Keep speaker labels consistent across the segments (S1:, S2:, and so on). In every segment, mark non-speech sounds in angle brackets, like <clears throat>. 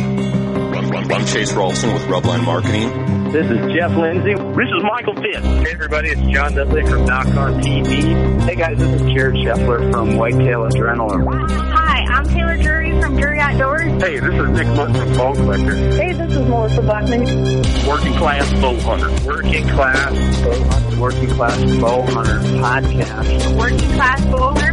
S1: I'm Chase Rolson with Rubline Marketing.
S2: This is Jeff Lindsay. This is Michael Pitt. Hey, everybody, it's John Dudley from Knock on TV. Hey, guys, this is Jared Scheffler from Whitetail Adrenaline.
S3: Hi, I'm Taylor Drury from Drury Outdoors.
S2: Hey, this is Nick Munt from Bone Collector.
S4: Hey, this is Melissa Blackman.
S2: Working Class Bow Hunter. Working Class Bow Hunter. Working Class Bow Hunter Podcast.
S3: Working Class Bull Hunter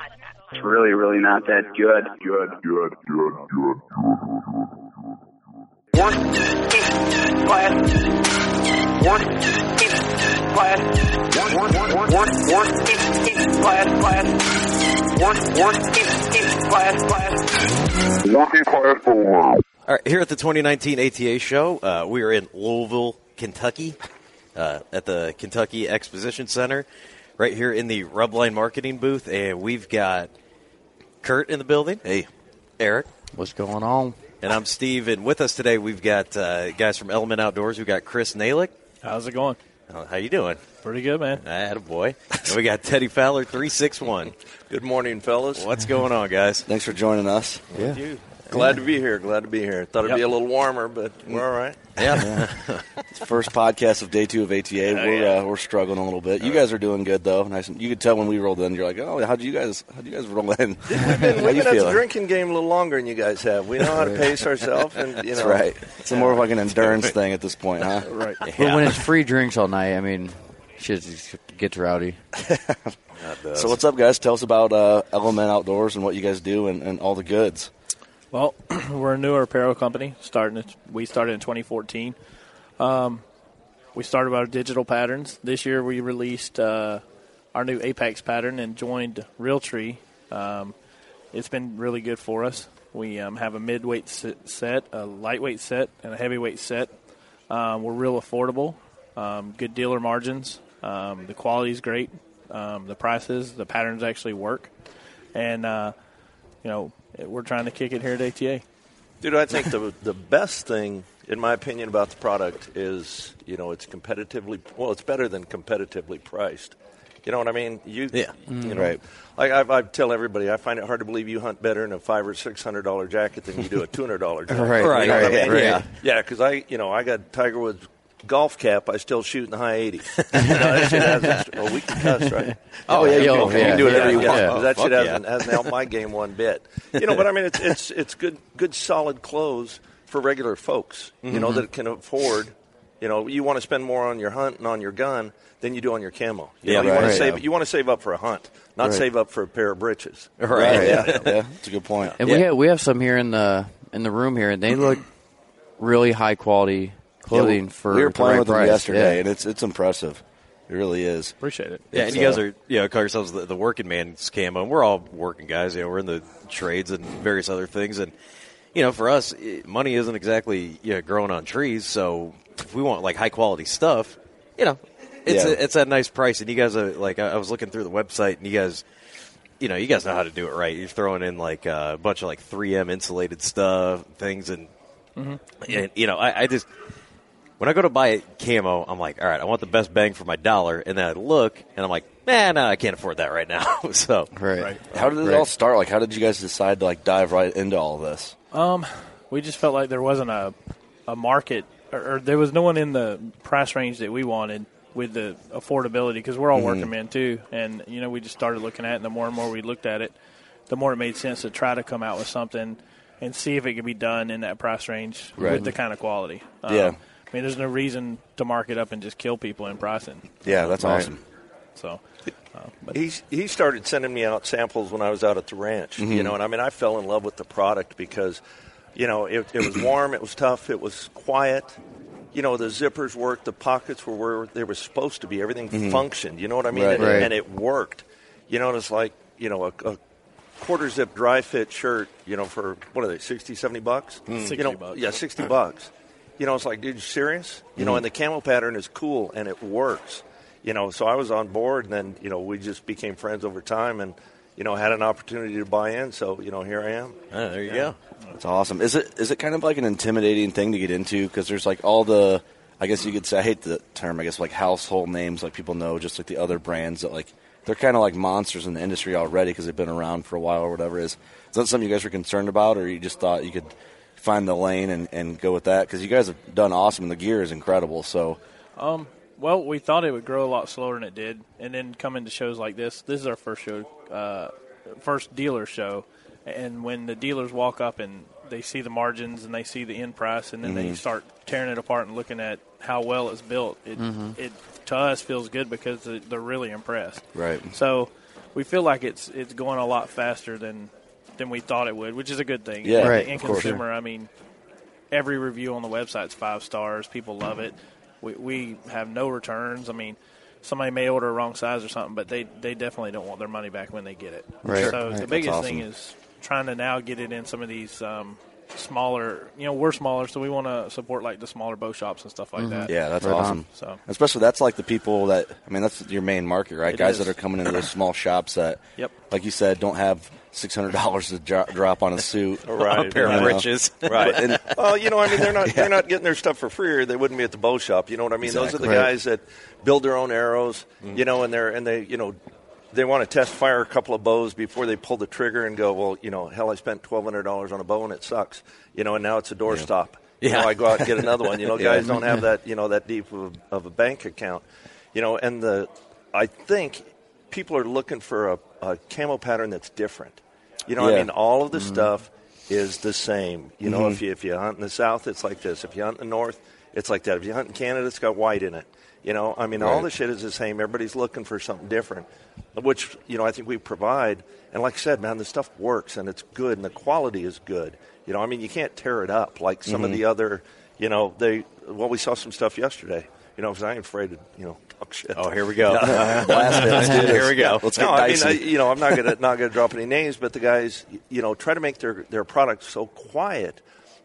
S2: It's really, really not that good. Good, good, good, good. Working class. Working class. Work, work, work, work, working class, class. Work, working class, class. Working class for
S5: All right, here at the 2019 ATA show, uh, we are in Louisville, Kentucky, uh, at the Kentucky Exposition Center, right here in the Rubline Marketing booth, and we've got Kurt in the building. Hey, Eric,
S6: What's going on?
S5: and I'm Steve, and with us today we've got uh, guys from Element Outdoors. We've got Chris Nalick.
S7: How's it going?
S5: Uh, how you doing?
S7: Pretty good, man.
S5: Attaboy. And we got Teddy Fowler, three six one.
S8: Good morning, fellas.
S5: What's going on, guys?
S6: Thanks for joining us. Yeah.
S8: Glad to be here. Glad to be here. Thought it'd be
S7: Yep.
S8: a little warmer, but we're all right.
S5: Yeah,
S6: It's the first podcast of day two of ATA. we're Uh, we're struggling a little bit. You guys are doing good though. Nice. and- You could tell when we rolled in. You're like, oh, how do you guys? How do you guys roll in?
S8: We've been,
S6: <laughs> how
S8: we've
S6: you
S8: been at the
S6: feeling?
S8: drinking game a little longer than you guys have. We know how
S6: <laughs>
S8: to pace ourselves, and you know,
S6: That's right. It's more of like an endurance thing at this point, huh?
S7: Right.
S5: Yeah.
S9: But when it's free drinks all night, I mean, shit just gets
S6: <laughs>
S9: rowdy.
S6: So what's up, guys? Tell us about uh, Element Outdoors and what you guys do and, and all the goods.
S7: Well, we're a newer apparel company. Starting, it- we started in 2014. Um, we started with our digital patterns. This year, we released uh, our new Apex pattern and joined Realtree. Um, it's been really good for us. We um, have a midweight se- set, a lightweight set, and a heavyweight set. Um, we're real affordable, um, good dealer margins. Um, the quality's great. Um, the prices, the patterns actually work, and uh, you know we're trying to kick it here at ATA.
S8: dude. I think the the best thing, in my opinion, about the product is you know it's competitively well, it's better than competitively priced. You know what I mean? You
S5: Yeah.
S8: you know,
S6: Mm-hmm. Right.
S8: Like I, I tell everybody, I find it hard to believe you hunt better in a five or six hundred dollar jacket than you do a two hundred
S6: <laughs>
S8: dollar jacket.
S6: Right,
S8: You know what I
S6: right,
S8: mean?
S6: right.
S8: Yeah, because I you know I got Tiger Woods golf cap. I still shoot in the high eighties.
S6: <laughs>
S8: well, we can cuss, right?
S6: Oh, yeah, you
S9: can- you can do
S6: whatever you want.
S8: because that
S5: Oh,
S8: shit
S5: fuck
S8: hasn't, hasn't helped my game one
S6: <laughs>
S8: bit. You know, but I mean, it's it's
S6: Mm-hmm.
S8: it's good good solid clothes for regular folks. You know that can afford You know, you want to spend more on your hunt and on your gun than you do on your camo. You
S6: Yeah,
S8: know, you want
S6: right.
S8: to save
S6: Yeah.
S8: you want to save up for a hunt, not
S6: Right.
S8: save up for a pair of britches.
S5: <laughs>
S6: Yeah. yeah. That's a good point.
S9: And we have we have some here in the in the room here, and they look really high qualty clothing
S6: Yeah, we-
S9: for
S6: we were
S9: the
S6: playing
S9: right
S6: with
S9: price.
S6: them yesterday,
S9: Yeah.
S6: and it's it's impressive. It really is.
S7: Appreciate it.
S5: Yeah, and you guys are you know call yourselves the, the working man's camo, and we're all working guys. You know, we're in the trades and various other things, and you know, for us, i money isn't exactly you know, growing on trees. So if we want like high quality stuff, you know, it's
S6: Yeah.
S5: a, it's at a nice price. And you guys are like, I, I was looking through the website, and you guys. You know, you guys know how to do it right. You're throwing in like uh, a bunch of like 3M insulated stuff, things, and
S7: Mhm.
S5: and you know, I, I just when I go to buy camo, I'm like, all right, I want the best bang for my dollar, and then I look and I'm like, man, nah, no, I can't afford that right now. <laughs> so
S9: right.
S6: How did it all start? Like, how did you guys decide to like dive right into all of this?
S7: Um, we just felt like there wasn't a, a market, or, or there was no one in the price range that we wanted with the affordability because we're all
S6: Mhm.
S7: working men too, and you know we just started looking at it. And the more and more we looked at it, the more it made sense to try to come out with something and see if it could be done in that price range
S6: Right.
S7: with the kind of quality.
S6: Yeah.
S7: Um, I mean, there's no reason to mark it up and just kill people in pricing.
S6: Yeah, that's
S7: Right.
S6: awesome.
S7: So, uh, but
S8: He he started sending me out samples when I was out at the ranch, you
S6: Mhm.
S8: know, and I mean I fell in love with the product because, you know, it, it was warm, it was tough, it was quiet, you know, the zippers worked, the pockets were where they were supposed to be, everything
S6: Mhm.
S8: functioned, you know what I mean,
S6: Right.
S8: and,
S6: Right.
S8: and it worked, you know, and it's like you know a, a quarter zip dry fit shirt, you know, for what are they 60, 70 bucks,
S6: Mm. 60
S8: Mm-hmm. you know,
S6: bucks.
S8: yeah, sixty bucks, you know, it's like dude, you serious, you know,
S6: Mhm.
S8: and the camel pattern is cool and it works you know, so I was on board, and then you know we just became friends over time, and you know had an opportunity to buy in. So you know here I am.
S7: Ah,
S5: there you
S8: go.
S6: That's awesome. Is it is it kind of like an intimidating thing to get into? Because there's like all the, I guess you could say, I hate the term, I guess like household names, like people know, just like the other brands that like they're kind of like monsters in the industry already because they've been around for a while or whatever. Is is that something you guys were concerned about, or you just thought you could find the lane and, and go with that? Because you guys have done awesome. The gear is incredible. So
S7: Um, well, we thought it would grow a lot slower than it did, and then coming to shows like this. This is our first show, uh, first dealer show, and when the dealers walk up and they see the margins and they see the end price, and then they
S6: Mhm.
S7: start tearing it apart and looking at how well it's built. It,
S6: Mhm.
S7: it to us feels good because they- they're really impressed.
S6: right,
S7: So we feel like it's it's going a lot faster than than we thought it would, which is a good thing.
S6: Yeah,
S7: And
S6: Right,
S7: And
S6: of course.
S7: consumer, I mean, every review on the website's five stars. People love it. We we have no returns. I mean, somebody may order a wrong size or something, but they they definitely don't want their money back when they get it.
S9: Right.
S7: So
S9: Right.
S7: the
S9: That's
S7: biggest
S9: awesome.
S7: thing is trying to now get it in some of these. Um, Smaller, you know, we're smaller, so we want to support like the smaller bow shops and stuff like that.
S6: Yeah, that's awesome.
S7: So
S6: especially that's like the people that I mean, that's your main market, right?
S7: It
S6: Guys
S7: is.
S6: that are coming into those small shops that,
S7: Yep.
S6: like you said, don't have six hundred dollars to dro- drop on a suit,
S8: Right,
S6: you know?
S8: <laughs> Right.
S6: And-
S8: well, you know, I mean, they're
S6: <laughs>
S8: not they're not getting their stuff for free, or they wouldn't be at the bow shop. You know what I mean? Those are the
S6: Exactly. Mm. Right.
S8: guys that build their own arrows. You know, and they're and they you know they want to test fire a couple of bows before they pull the trigger and go, well, you know, hell, I spent twelve hundred dollars on a bow and it sucks. You know, and now it's a doorstop. stop. You
S6: Yeah.
S8: know, I go out and get another one. You know,
S6: <laughs> Yeah.
S8: guys don't have that you know that deep of, a- of a bank account. You know, and the I think people are looking for a, a camo pattern that's different. You know, what I
S6: Yeah.
S8: mean, all of the
S5: Mm-hmm.
S6: Mhm.
S8: stuff is the same. You know,
S6: Mhm.
S8: if you if you hunt in the south, it's like this. If you hunt in the north, it's like that. If you hunt in Canada, it's got white in it. You know, I mean, all
S6: Right.
S8: the shit is the same. Everybody's looking for something different, which you know I think we provide. And like I said, man, the stuff works and it's good and the quality is good. You know, I mean, you can't tear it up like some of
S5: Mm-hmm.
S6: Mhm.
S8: the other. You know, they well, we saw some stuff yesterday. You know, because I ain't afraid to you know talk shit.
S5: Oh, here
S8: <laughs>
S5: we go. <laughs>
S8: Yeah.
S5: Blast it.
S7: <laughs>
S5: Let's do this. Here we go. Let's
S8: no,
S5: get
S8: I mean,
S5: dicey.
S8: I- you know, I'm not gonna not gonna drop any names, but the guys, you know, try to make their their product so quiet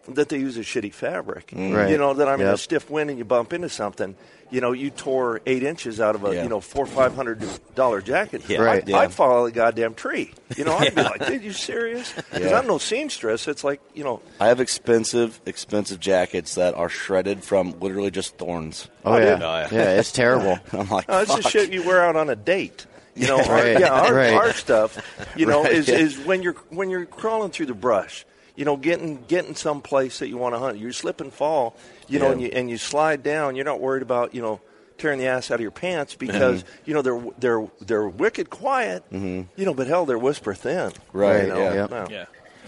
S8: that they use a shitty fabric.
S6: Mm. Right.
S8: You know, that I mean, a
S6: Yep.
S8: stiff wind and you bump into something. You know, you tore eight inches out of a
S6: Yeah.
S8: you know four or five hundred dollar jacket.
S6: Yeah. Right.
S8: I'd,
S6: Yeah.
S8: I'd fall out of the goddamn tree. You know, I'd be
S6: Yeah.
S8: like, dude, you serious? Because
S6: <laughs> Yeah.
S8: I'm no seamstress. It's like you know,
S6: I have expensive, expensive jackets that are shredded from literally just thorns.
S9: Oh, Oh, yeah. dude. Oh, yeah. Yeah, it's terrible.
S6: <laughs> I'm
S8: <laughs>
S6: like,
S8: No, Oh, it's the
S6: fuck.
S8: shit you wear out on a date. You know,
S6: <laughs> Yeah,
S8: our,
S6: right,
S8: yeah, our,
S6: right.
S8: our stuff. You know,
S6: Right,
S8: is,
S6: yeah.
S8: is when you're when you're crawling through the brush. You know, getting getting someplace that you want to hunt. You slip and fall. You know,
S6: Yeah.
S8: and you and you slide down. You're not worried about you know tearing the ass out of your pants
S6: Mm-hmm.
S8: because you know they're they're they're wicked quiet.
S6: Mhm.
S8: You know, but hell, they're whisper thin.
S6: Right.
S8: You know?
S6: yeah.
S8: No.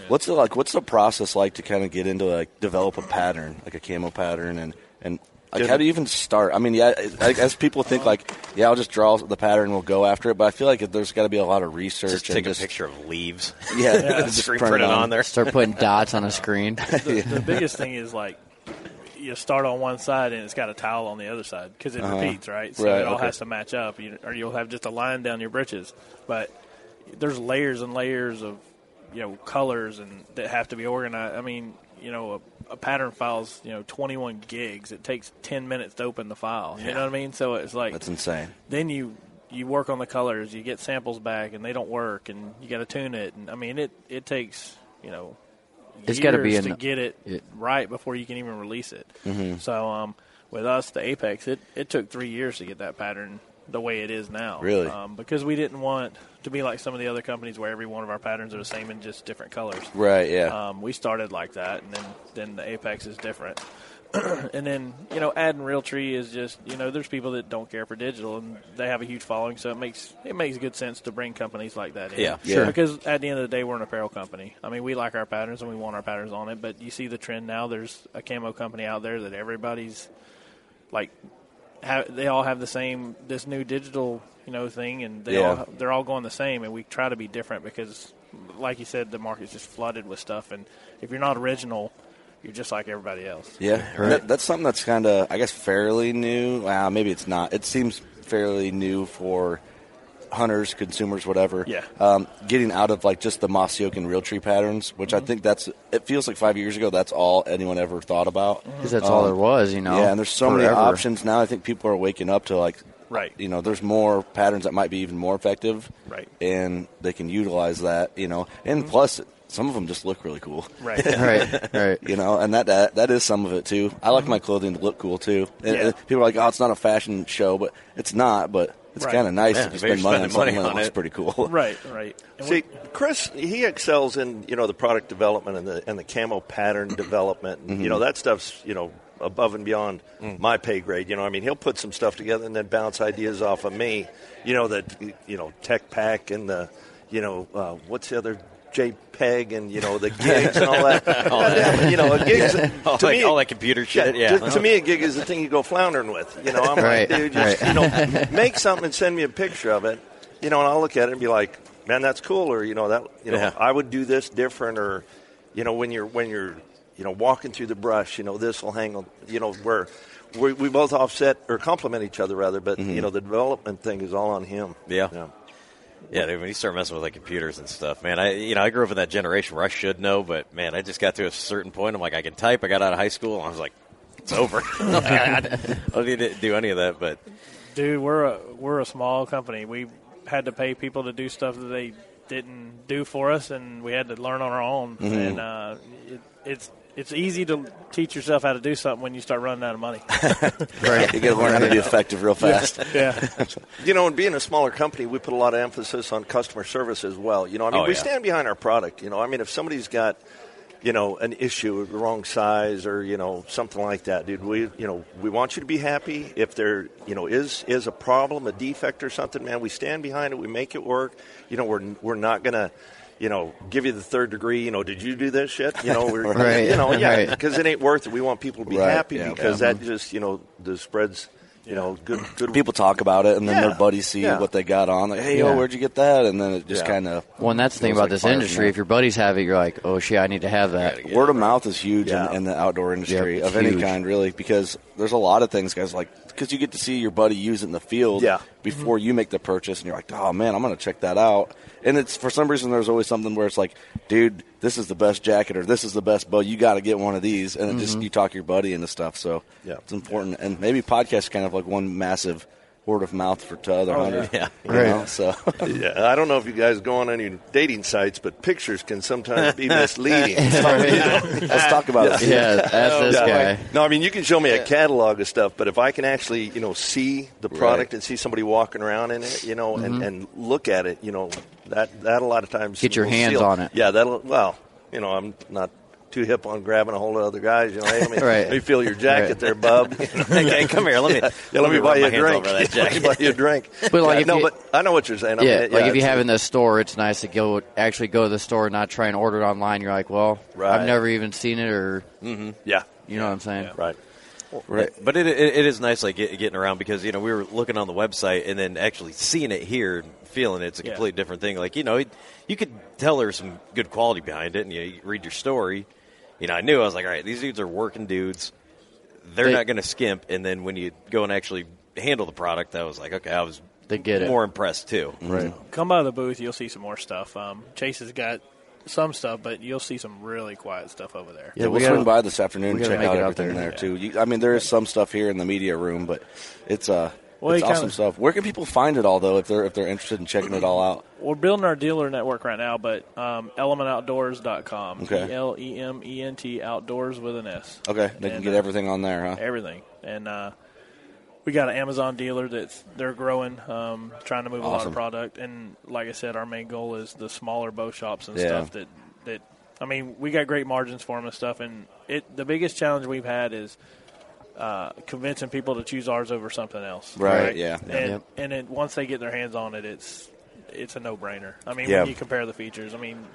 S6: What's the like? What's the process like to kind of get into like develop a pattern, like a camo pattern, and and Like, how do you even start? I mean, yeah, I, as people think, like, yeah, I'll just draw the pattern, we'll go after it. But I feel like there's got to be a lot of research.
S10: Just
S6: and
S10: take a
S6: just-
S10: picture of leaves.
S6: Yeah,
S10: <laughs> just screen print it on there.
S11: Start putting dots on a screen.
S6: The-
S5: the biggest thing is like you start on one side and it's got a towel on the other side because it
S11: Uh-huh.
S5: repeats, right? So
S11: Right,
S5: it all
S11: okay.
S5: has to match up, you, or you'll have just a line down your britches. But there's layers and layers of you know colors and that have to be organized. I mean, you know, a, a pattern file's you know 21 gigs. It takes 10 minutes to open the file. You
S6: Yeah.
S5: know what I mean? So it's like
S6: That's insane.
S5: then you you work on the colors, you get samples back, and they don't work, and you got to tune it. And I mean, it it takes you know
S11: It's gotta be
S5: years
S11: an-
S5: to get it
S11: it-
S5: right before you can even release it.
S11: Mhm.
S5: So um, with us, the Apex, it it took three years to get that pattern the way it is now.
S6: Really?
S5: um, because we didn't want to be like some of the other companies where every one of our patterns are the same in just different colors.
S6: Right, yeah.
S5: Um, we started like that, and then, then the apex is different. <clears throat> and then you know, adding Realtree is just you know, there's people that don't care for digital, and they have a huge following, so it makes it makes good sense to bring companies like that in.
S10: Yeah, sure.
S5: Because at the end of the day, we're an apparel company. I mean, we like our patterns and we want our patterns on it. But you see the trend now. There's a camo company out there that everybody's like, ha they all have the same this new digital you know thing, and they
S6: Yeah.
S5: all, they're all going the same. And we try to be different because, like you said, the market's just flooded with stuff. And if you're not original, you're just like everybody else.
S6: Yeah, that, that's something that's kind of, I guess, fairly new. Well, maybe it's not. It seems fairly new for hunters, consumers, whatever.
S5: Yeah.
S6: Um, getting out of like just the Mossyoak and Realtree patterns, which
S5: Mm-hmm.
S6: I think that's. It feels like five years ago that's all anyone ever thought about.
S5: Mm-hmm.
S6: Um,
S11: 'Cause that's all there was, you know,
S6: Yeah, and there's so many
S11: forever.
S6: options now. I think people are waking up to like.
S5: Right.
S6: You know, there's more patterns that might be even more effective.
S5: Right.
S6: And they can utilize that. You know, and plus. Some of them just look really cool.
S5: Right.
S11: Right, right.
S6: You know, and that, that that is some of it too. I
S11: Mm-hmm.
S6: like my clothing to look cool too. And-
S5: Yeah.
S6: and people are like, "Oh, it's not a fashion show," but it's not. But it's
S5: Right.
S6: kind of nice
S8: Yeah,
S6: if you
S8: if you're
S6: spend money on
S8: spending
S6: something
S8: money
S6: that
S8: on
S6: looks
S10: <laughs>
S8: it.
S6: pretty cool.
S5: Right, right.
S8: See, Chris, he excels in you know the product development and the and the
S10: <clears throat>
S8: camo pattern development. And,
S10: Mm-hmm.
S8: You
S6: Mhm.
S8: know that stuff's you know above and beyond
S10: Mm.
S8: my pay grade. You know, I mean, he'll put some stuff together and then bounce ideas off of me. You know that you know tech pack and the you know uh, what's the other. JPEG and you know the gigs and all that.
S10: <laughs> All that.
S8: <laughs> You know, a gigs
S10: <laughs> All
S8: to
S10: that-
S8: me,
S10: all that computer shit, yeah.
S8: to- to me, a gig is the thing you go floundering with. You
S10: <laughs>
S8: know, I'm
S10: Right,
S8: like, dude, just
S10: right. <laughs>
S8: you know, make something and send me a picture of it. You know, and I'll look at it and be like, man, that's cool, or you know that you know
S10: Yeah.
S8: I would do this different, or you know when you're when you're you know walking through the brush, you know this will hang on. You know where we, we both offset or complement each other rather, but
S10: Mhm.
S8: you know the development thing is all on him.
S10: Yeah. yeah. dude, when you start messing with like computers and stuff, man, I you know, I grew up in that generation where I should know, but man, I just got to a certain point. I'm like, I can type. I got out of high school, and I was like, it's over. <laughs> Like, I, I don't need to do any of that. But
S5: Dude, we're a we're a small company. We had to pay people to do stuff that they didn't do for us, and we had to learn on our own.
S10: Mm-hmm.
S6: Mhm.
S5: And uh, it, it's it's easy to teach yourself how to do something when you start running out of money.
S6: <laughs> Right. You gotta learn how to be effective real fast.
S5: Yeah.
S10: <laughs>
S8: you know, and being a smaller company, we put a lot of emphasis on customer service as well. You know, I mean,
S10: Oh,
S8: we
S10: yeah.
S8: stand behind our product. You know, I mean, if somebody's got, you know, an issue, the wrong size, or you know, something like that, dude, we, you know, we want you to be happy. If there, you know, is is a problem, a defect, or something, man, we stand behind it. We make it work. You know, we're we're not gonna. You know, give you the third degree. You know, did you do this shit? You know, we're,
S6: <laughs> Right,
S8: you know, yeah,
S6: right.
S8: because it ain't worth it. We want people to be
S6: Right,
S8: happy
S6: yeah.
S8: because
S6: Yeah.
S8: that just, you know, the spreads, you know, good, good
S6: People talk about it, and then their buddies see
S8: Yeah.
S6: what they got on. Like, hey,
S11: Yeah.
S6: yo, where'd you get that? And then it just
S11: Yeah.
S6: kind of.
S11: Well, and that's the thing about this industry. If your buddies have it, you're like, oh shit, I need to have that.
S6: Word of mouth is huge in, in the outdoor industry
S11: Yep,
S6: of any
S11: huge.
S6: kind, really, because there's a lot of things, guys. Like, because you get to see your buddy use it in the field
S8: Yeah.
S6: before you make the purchase, and you're like, oh man, I'm gonna check that out. And it's for some reason there's always something where it's like, dude, this is the best jacket or this is the best bow. You got to get one of these, and it just
S8: Mhm.
S6: you talk your buddy into stuff. So
S8: Yeah.
S6: it's important. And maybe podcasts kind of like one massive word of mouth for to other
S8: Oh,
S6: hunters.
S8: yeah.
S6: you
S8: Right.
S6: know, so <laughs>
S8: yeah, I don't know if you guys go on any dating sites, but pictures can sometimes
S6: <laughs>
S8: be misleading.
S6: Let's talk about it. Yeah, that's this guy.
S8: No, I mean you can show me a catalog of stuff, but if I can actually, you know, see the product and see somebody walking around in it, you know,
S11: Mhm.
S6: Mm-hmm.
S8: and, and look at it, you know, that that a lot of times
S11: Get your
S8: will
S11: hands
S8: seal-
S11: on it.
S8: Yeah, that'll well, you know, I'm not too hip on grabbing a hold of other guys, you know. Hey, let me,
S6: <laughs>
S10: Right.
S8: let me feel your jacket
S10: Right.
S8: there, bub. <laughs>
S10: Hey, come here, let me-
S8: yeah, yeah, let, me
S10: rub
S8: buy you
S10: my
S8: a
S10: hands
S8: drink.
S10: over that
S8: <laughs> Yeah, let
S10: <laughs>
S8: me
S10: jacket.
S8: buy you a drink.
S11: <laughs> But, like,
S8: Yeah,
S11: if
S8: no,
S11: you-
S8: but I know what you're saying. I
S11: yeah,
S8: mean,
S11: like if you
S8: it's-
S11: have in the store, it's nice to go actually go to the store and not try and order it online. You're like, well,
S8: Right.
S11: I've never even seen it, or
S8: Yeah.
S11: you know what I'm saying?
S8: Right.
S7: Right. But it, it, it is nice, like get- getting around because you know we were looking on the website and then actually seeing it here, and feeling it's a
S5: Yeah.
S7: completely different thing. Like you know, it- you could tell there's some good quality behind it, and you, you read your story. You know, I knew I was like, all right, these dudes are working dudes. They're
S12: They-
S7: not going to skimp. And then when you go and actually handle the product, I was like, okay, I was
S12: They get it.
S7: more impressed too.
S12: Right.
S5: Come by the booth, you'll see some more stuff. Um, Chase has got some stuff, but you'll see some really quiet stuff over there.
S6: Yeah, we'll swing by this afternoon
S12: we
S6: and
S12: gotta
S6: check
S12: make
S6: out
S12: it out
S6: everything
S12: there.
S6: there, too. You, I mean, there is some stuff here in the media room, but it's uh,
S5: Well,
S6: it's
S5: you
S6: awesome
S5: kinda-
S6: stuff. Where can people find it all though? If they're if they're interested in checking it all out,
S5: We're building our dealer network right now, but um, elementoutdoors.com.
S6: Okay.
S5: L E M E N T outdoors with an S.
S6: okay, they can
S5: And,
S6: get
S5: uh,
S6: everything on there, huh?
S5: Everything. And uh, we got an Amazon dealer that's they're growing, um, trying to move a lot
S6: Awesome.
S5: of product. And like I said, our main goal is the smaller bow shops and
S6: Yeah.
S5: stuff that that. I mean, we got great margins for them and stuff. And it the biggest challenge we've had is uh, convincing people to choose ours over something else.
S6: Right, yeah.
S5: And
S6: Yep.
S5: and it, once they get their hands on it, it's it's a no brainer. I mean,
S6: Yeah.
S5: when you compare the features, I mean,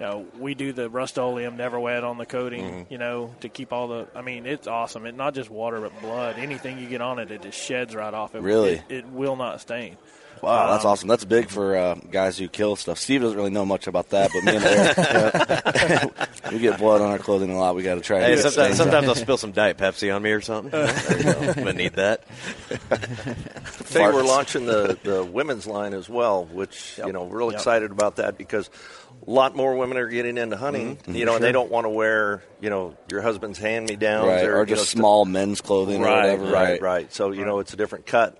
S5: you know, we do the Rust-Oleum Never Wet on the coating,
S7: Mm-hmm.
S6: Mhm.
S5: you know, to keep all the. I mean, it's awesome. It not just water, but blood. Anything you get on it, it just sheds right off. It,
S6: Really?
S5: it, it will not stain.
S6: Wow, Oh, that's
S5: Um,
S6: awesome. That's big for uh, guys who kill stuff. Steve doesn't really know much about that, but me and Eric, yeah. <laughs> we get blood on our clothing a lot. We got to try. and
S7: Hey,
S6: get
S7: sometimes,
S6: stains out.
S7: sometimes I'll spill some Diet Pepsi on me or something. There you go. I'm gonna need that.
S8: Today we're launching the, the women's line as well, which you know we're real
S7: Yep.
S8: excited about that because a lot more women are getting into hunting.
S6: Mhm.
S8: You know, and they
S6: Sure.
S8: don't want to wear you know your husband's hand me downs
S6: right,
S8: or, you
S6: or
S8: know,
S6: just
S8: stuff-
S6: small men's clothing
S8: right,
S6: or whatever.
S8: Right, right, So you know it's a different cut.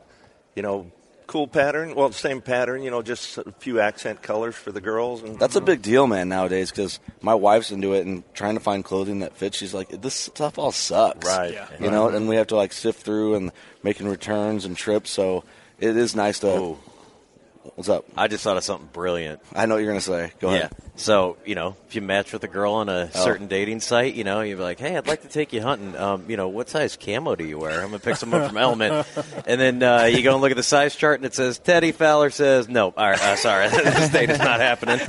S8: You know, cool pattern. Well, same pattern. You know, just a few accent colors for the girls. And
S6: That's a big deal, man, nowadays. Because my wife's into it and trying to find clothing that fits. She's like, this stuff all sucks,
S8: Right. Yeah.
S6: You know, and we have to like sift through and making returns and trips. So it is nice to. What's up?
S7: Oh, I just thought of something brilliant.
S6: I know what you're gonna say. Go ahead.
S7: Yeah. So you know, if you match with a girl on a
S6: Oh.
S7: certain dating site, you know, you're like, "Hey, I'd like to take you hunting. Um, you know, what size camo do you wear? I'm gonna pick some up from Element." And then uh, you go and look at the size chart, and it says Teddy Fowler says, "No, all right, uh, sorry, this date is not happening."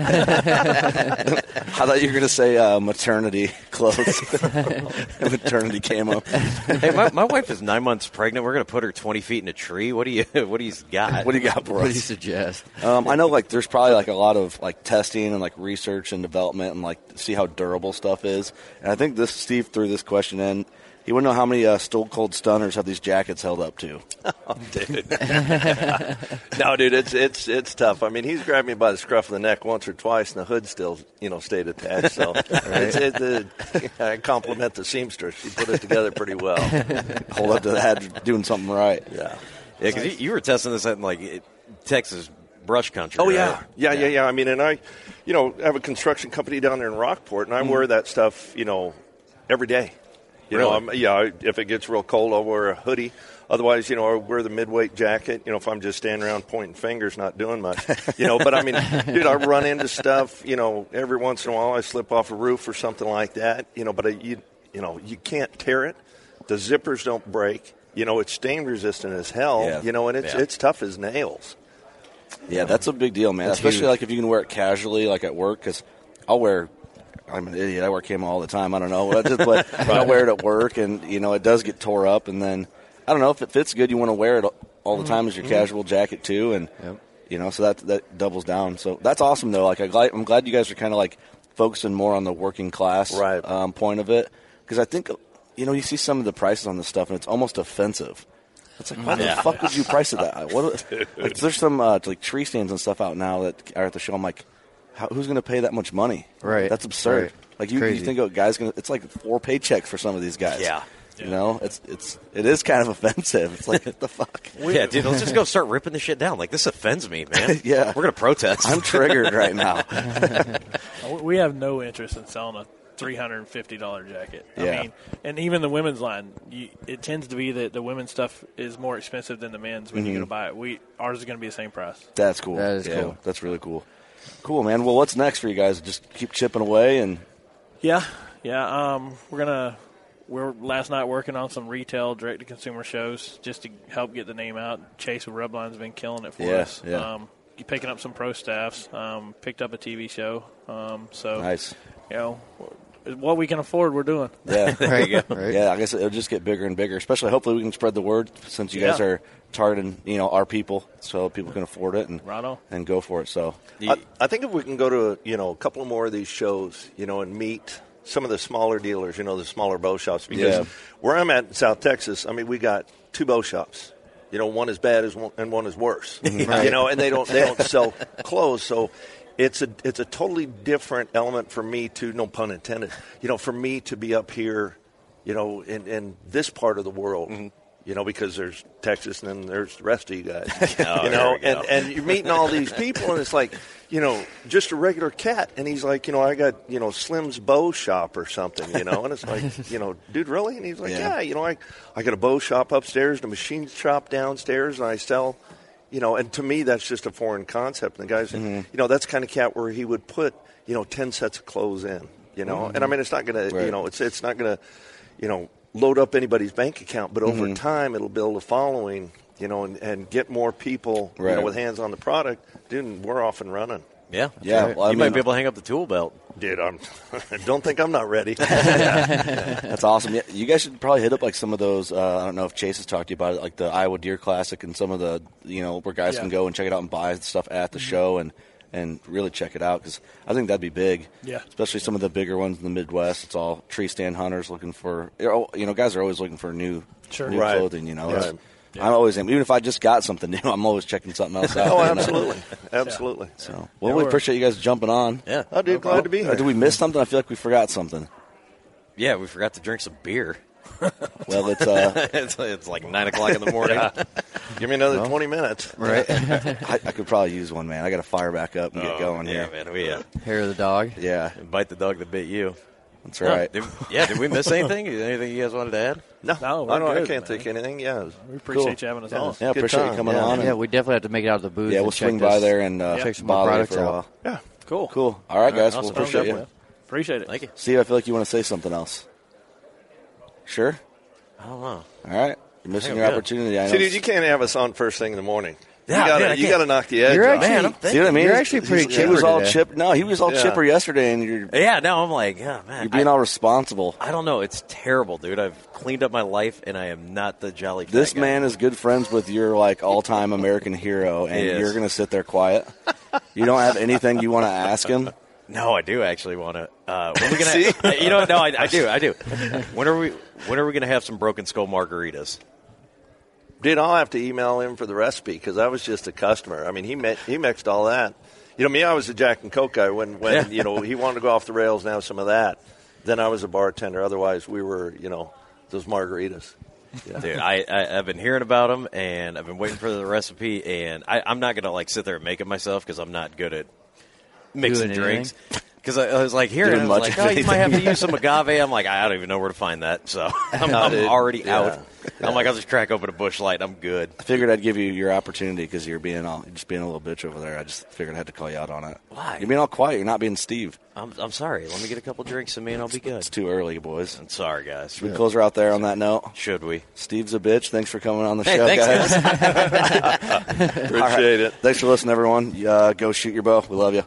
S6: I thought you were going to say uh, maternity <laughs> clothes,
S8: <laughs>
S6: maternity camo.
S7: hey, my, my wife is nine months pregnant. We're gonna put her 20 feet in a tree. What do you <laughs> What do you got?
S6: What do you got for us?
S12: What do you suggest?
S6: Um, I know, like, there's probably like a lot of like testing and like research and development and like see how durable stuff is. And I think this Steve threw this question in. He wouldn't know how many uh, stone cold stunners have these jackets held up to.
S8: dude. no, dude, it's it's it's tough. I mean, he's grabbed me by the scruff of the neck once or twice, and the hood still, you know, stayed attached. So it's, it's, uh, <laughs> I compliment the seamstress; she put it together pretty well.
S6: Hold up to the head, doing something right.
S8: Yeah.
S7: Yeah, because you, you were testing this out in like it- Texas brush country.
S8: Oh yeah.
S7: right?
S8: yeah, yeah, yeah, I mean, and I, you know, have a construction company down there in Rockport, and I wear that stuff, you know, every day. You
S7: Really?
S8: know, I'm, yeah. I- If it gets real cold, I'll wear a hoodie. Otherwise, you know, I wear the midweight jacket. You know, if I'm just standing around pointing fingers, not doing much. You know, but I mean, dude, I run into stuff. You know, every once in a while, I slip off a roof or something like that. You know, but I, you, you know, you can't tear it. The zippers don't break. You know, it's stain resistant as hell.
S6: Yeah.
S8: You know, and it's
S6: Yeah.
S8: it's tough as nails.
S6: Yeah, that's a big deal, man.
S8: That's
S6: Especially
S8: huge.
S6: like if you can wear it casually, like at work. Because I'll wear, I'm an idiot. I wear camo all the time. I don't know, I
S8: <laughs>
S6: just, but I wear it at work, and you know it does get tore up. And then I don't know if it fits good. You want to wear it all the time as your
S8: Mm-hmm.
S12: Mhm.
S6: casual jacket too, and you know so that that doubles down. So that's awesome though. Like I gli- I'm glad you guys are kind of like focusing more on the working class
S8: Right.
S6: um, point of it because I think you know you see some of the prices on this stuff, and it's almost offensive. It's like, why
S8: Yeah.
S6: the fuck would you price it that? high? What, like, there's some uh, like tree stands and stuff out now that are at the show. I'm like, how, who's going to pay that much money?
S12: Right.
S6: That's absurd.
S12: Right.
S6: Like you, you
S12: Crazy.
S6: think a guy's going to? It's like four paychecks for some of these guys.
S7: Yeah.
S6: You know, it's it's it is kind of <laughs> offensive. It's like what the fuck.
S7: yeah, dude, let's just go start ripping the shit down. Like this offends me, man.
S6: Yeah.
S7: we're gonna protest.
S6: I'm triggered right now.
S5: Uh, we- We have no interest in selling a three hundred and fifty dollar jacket.
S6: Yeah.
S5: I mean, and even the women's line, you, it tends to be that the women's stuff is more expensive than the men's when
S6: Mhm.
S5: you go to buy it. We ours is going to be the same price.
S6: That's cool.
S5: That is cool.
S6: That's really cool. Cool, man. Well, what's next for you guys? Just keep chipping away and
S5: Yeah, yeah. Um, we're gonna we're last night working on some retail direct to consumer shows just to help get the name out. Chase with Rubline's been killing it for
S6: Yeah,
S5: us.
S6: yeah.
S5: Um, picking up some pro staffs. Um, picked up a TV show. Um, so
S6: Nice.
S5: You know,
S7: what we can afford, we're doing.
S6: Yeah,
S5: <laughs>
S6: Yeah, I guess it'll just get bigger and bigger. Especially, hopefully, we can spread the word since you guys
S7: Yeah.
S6: are targeting, you know, our people, so people can afford it and
S8: Right on.
S6: and go for it. So,
S8: I, I think if we can go to you know a couple more of these shows, you know, and meet some of the smaller dealers, you know, the smaller bow shops. Because
S6: Yeah.
S8: where I'm at in South Texas, I mean, we got two bow shops. You know, one is bad as one, and one is
S5: <laughs>
S8: worse.
S6: Right.
S8: You know, and they don't they don't sell clothes, so it's a it's a totally different element for me to no pun intended. You know, for me to be up here, you know, in, in this part of the world.
S5: Mm-hmm.
S8: You know, because there's Texas and then there's the rest of you guys.
S5: <laughs> Oh,
S8: you know,
S5: there we go.
S8: and and you're meeting all these people, and it's like, you know, just a regular cat, and he's like, you know, I got you know Slim's bow shop or something, you know, and it's
S6: <laughs>
S8: like, you know, dude, really? And he's like,
S6: Yeah.
S8: yeah, you know, I I got a bow shop upstairs, and a machine shop downstairs, and I sell, you know, and to me that's just a foreign concept. And the guys,
S6: Mhm.
S8: you know, that's the kind of cat where he would put you know ten sets of clothes in, you know, and I
S6: Mhm.
S8: mean it's not gonna,
S6: Right.
S8: you know, it's it's not gonna, you know, load up anybody's bank account, but over
S6: Mhm.
S8: time it'll build a following. You know, and, and get more people you know,
S6: Right.
S8: with hands on the product, dude, we're off and running.
S5: Yeah,
S6: Yeah, well, I
S5: you might
S6: mean-
S5: be able to hang up the tool belt.
S8: Dude, I'm, I <laughs> don't think I'm not <laughs> ready.
S6: That's awesome. Yeah, you guys should probably hit up like some of those. Uh, I don't know if Chase has talked to you about it, like the Iowa Deer Classic and some of the you know where guys
S8: Yeah. Mm-hmm.
S6: can go and check it out and buy stuff at the show and and really check it out because I think that'd be big.
S8: Yeah.
S6: especially some of the bigger ones in the Midwest. It's all tree stand hunters looking for you know, you know, guys are always looking for new
S8: Sure.
S6: new
S8: Right.
S6: clothing. You know,
S8: Yeah.
S6: It's- I'm always even if I just got something new, <laughs> I'm always checking something else out.
S8: <laughs> oh,
S6: you know?
S8: absolutely. Absolutely.
S6: So, well, we appreciate you guys jumping on.
S5: Yeah,
S8: Oh, dude, glad to be here.
S6: Did we miss something? I feel like we forgot something.
S5: Yeah, we forgot to drink some beer.
S6: <laughs> Well, it's, uh,
S5: <laughs> it's, it's like nine o'clock in the morning.
S6: Yeah.
S8: Give me another
S6: Well,
S8: 20 minutes. <laughs>
S6: Right. I, I could probably use one, man. I got to fire back up and
S5: Oh,
S6: get going
S5: yeah,
S6: here.
S5: man. We uh,
S9: Hair of the dog.
S6: Yeah.
S5: bite the dog that bit you.
S6: That's right.
S5: Did, yeah. Did we miss anything? Anything you guys wanted to add?
S8: No,
S7: No,
S8: I,
S7: we're
S8: know, I
S7: good,
S8: can't
S7: man.
S8: think of anything. Yeah.
S7: We appreciate you having us on.
S6: Yeah, appreciate you coming on.
S9: Yeah, we definitely have to make it out of the booth.
S6: Yeah, we'll
S9: and check
S6: swing by
S9: this-
S6: there and uh,
S9: check some more
S6: bother you
S9: products
S6: for a
S9: out.
S6: while.
S8: Yeah.
S7: Cool.
S6: Cool. All right,
S5: All right,
S6: guys.
S5: awesome.
S6: We'll appreciate
S5: Sounds
S6: you.
S7: Appreciate it.
S5: Thank you.
S6: Steve, I feel like you want to say something else. Sure.
S5: I don't know.
S6: All right. You're missing
S5: I'm
S6: your
S5: good.
S6: opportunity. I know.
S8: See, dude, you can't have us on first thing in the morning.
S6: Yeah,
S8: you gotta,
S6: man, I
S8: you
S6: can't.
S8: gotta knock the edge
S9: You're
S8: off.
S9: actually-
S5: Man, I'm thinking.
S6: See what I mean?
S9: You're
S6: He's-
S9: actually
S6: he's-
S9: pretty
S6: He
S9: chipper
S6: was all
S9: today.
S6: chip. No, he was all
S8: Yeah.
S6: chipper yesterday, and you're
S5: Yeah. Now I'm like, oh man.
S6: you're being
S5: I,
S6: all responsible.
S5: I don't know. It's terrible, dude. I've cleaned up my life, and I am not the jolly. fat
S6: This
S5: guy.
S6: man is good friends with your like all-time American hero, and
S5: He is.
S6: you're gonna sit there quiet. You don't have anything you want to ask him.
S5: No, I do actually want to. Uh, when
S6: <laughs>
S5: are we gonna? you know, no, I, I do, I do. When are we? When are we gonna have some broken skull margaritas?
S8: Dude, I'll have to email him for the recipe because I was just a customer. I mean, he mi- he mixed all that. You know, me, I was a Jack and Coke guy when when
S5: Yeah.
S8: you know he wanted to go off the rails and have some of that. Then I was a bartender. Otherwise, we were you know those margaritas. Yeah.
S5: Dude, I, I I've been hearing about them, and I've been waiting for the recipe, and I, I'm not gonna like sit there and make it myself because I'm not good at mixing
S9: Doing
S5: drinks. Because I, I was like, here,
S6: Doing
S5: and I
S6: much
S5: was like,
S6: of
S5: oh, you might have to
S6: anything.
S5: use some agave. I'm like, I don't even know where to find
S8: <laughs>
S5: that, so I'm,
S8: No,
S5: I'm
S8: dude.
S5: already
S8: Yeah.
S5: out. I'm like, I'll just crack open a bush light. I'm good.
S6: I figured I'd give you your opportunity because you're being all just being a little bitch over there. I just figured I had to call you out on it.
S5: Why?
S6: You're being all quiet. You're not being Steve.
S5: I'm I'm sorry. Let me get a couple drinks, and man, I'll be good.
S6: It's too early, boys.
S5: I'm sorry, guys.
S6: We close her out there on that note.
S5: Should we?
S6: Steve's a bitch. Thanks for coming on the
S5: Hey,
S6: show,
S5: thanks,
S6: <laughs> guys.
S5: guys.
S8: Appreciate it.
S6: Thanks for listening, everyone. Uh, go shoot your bow. We love you.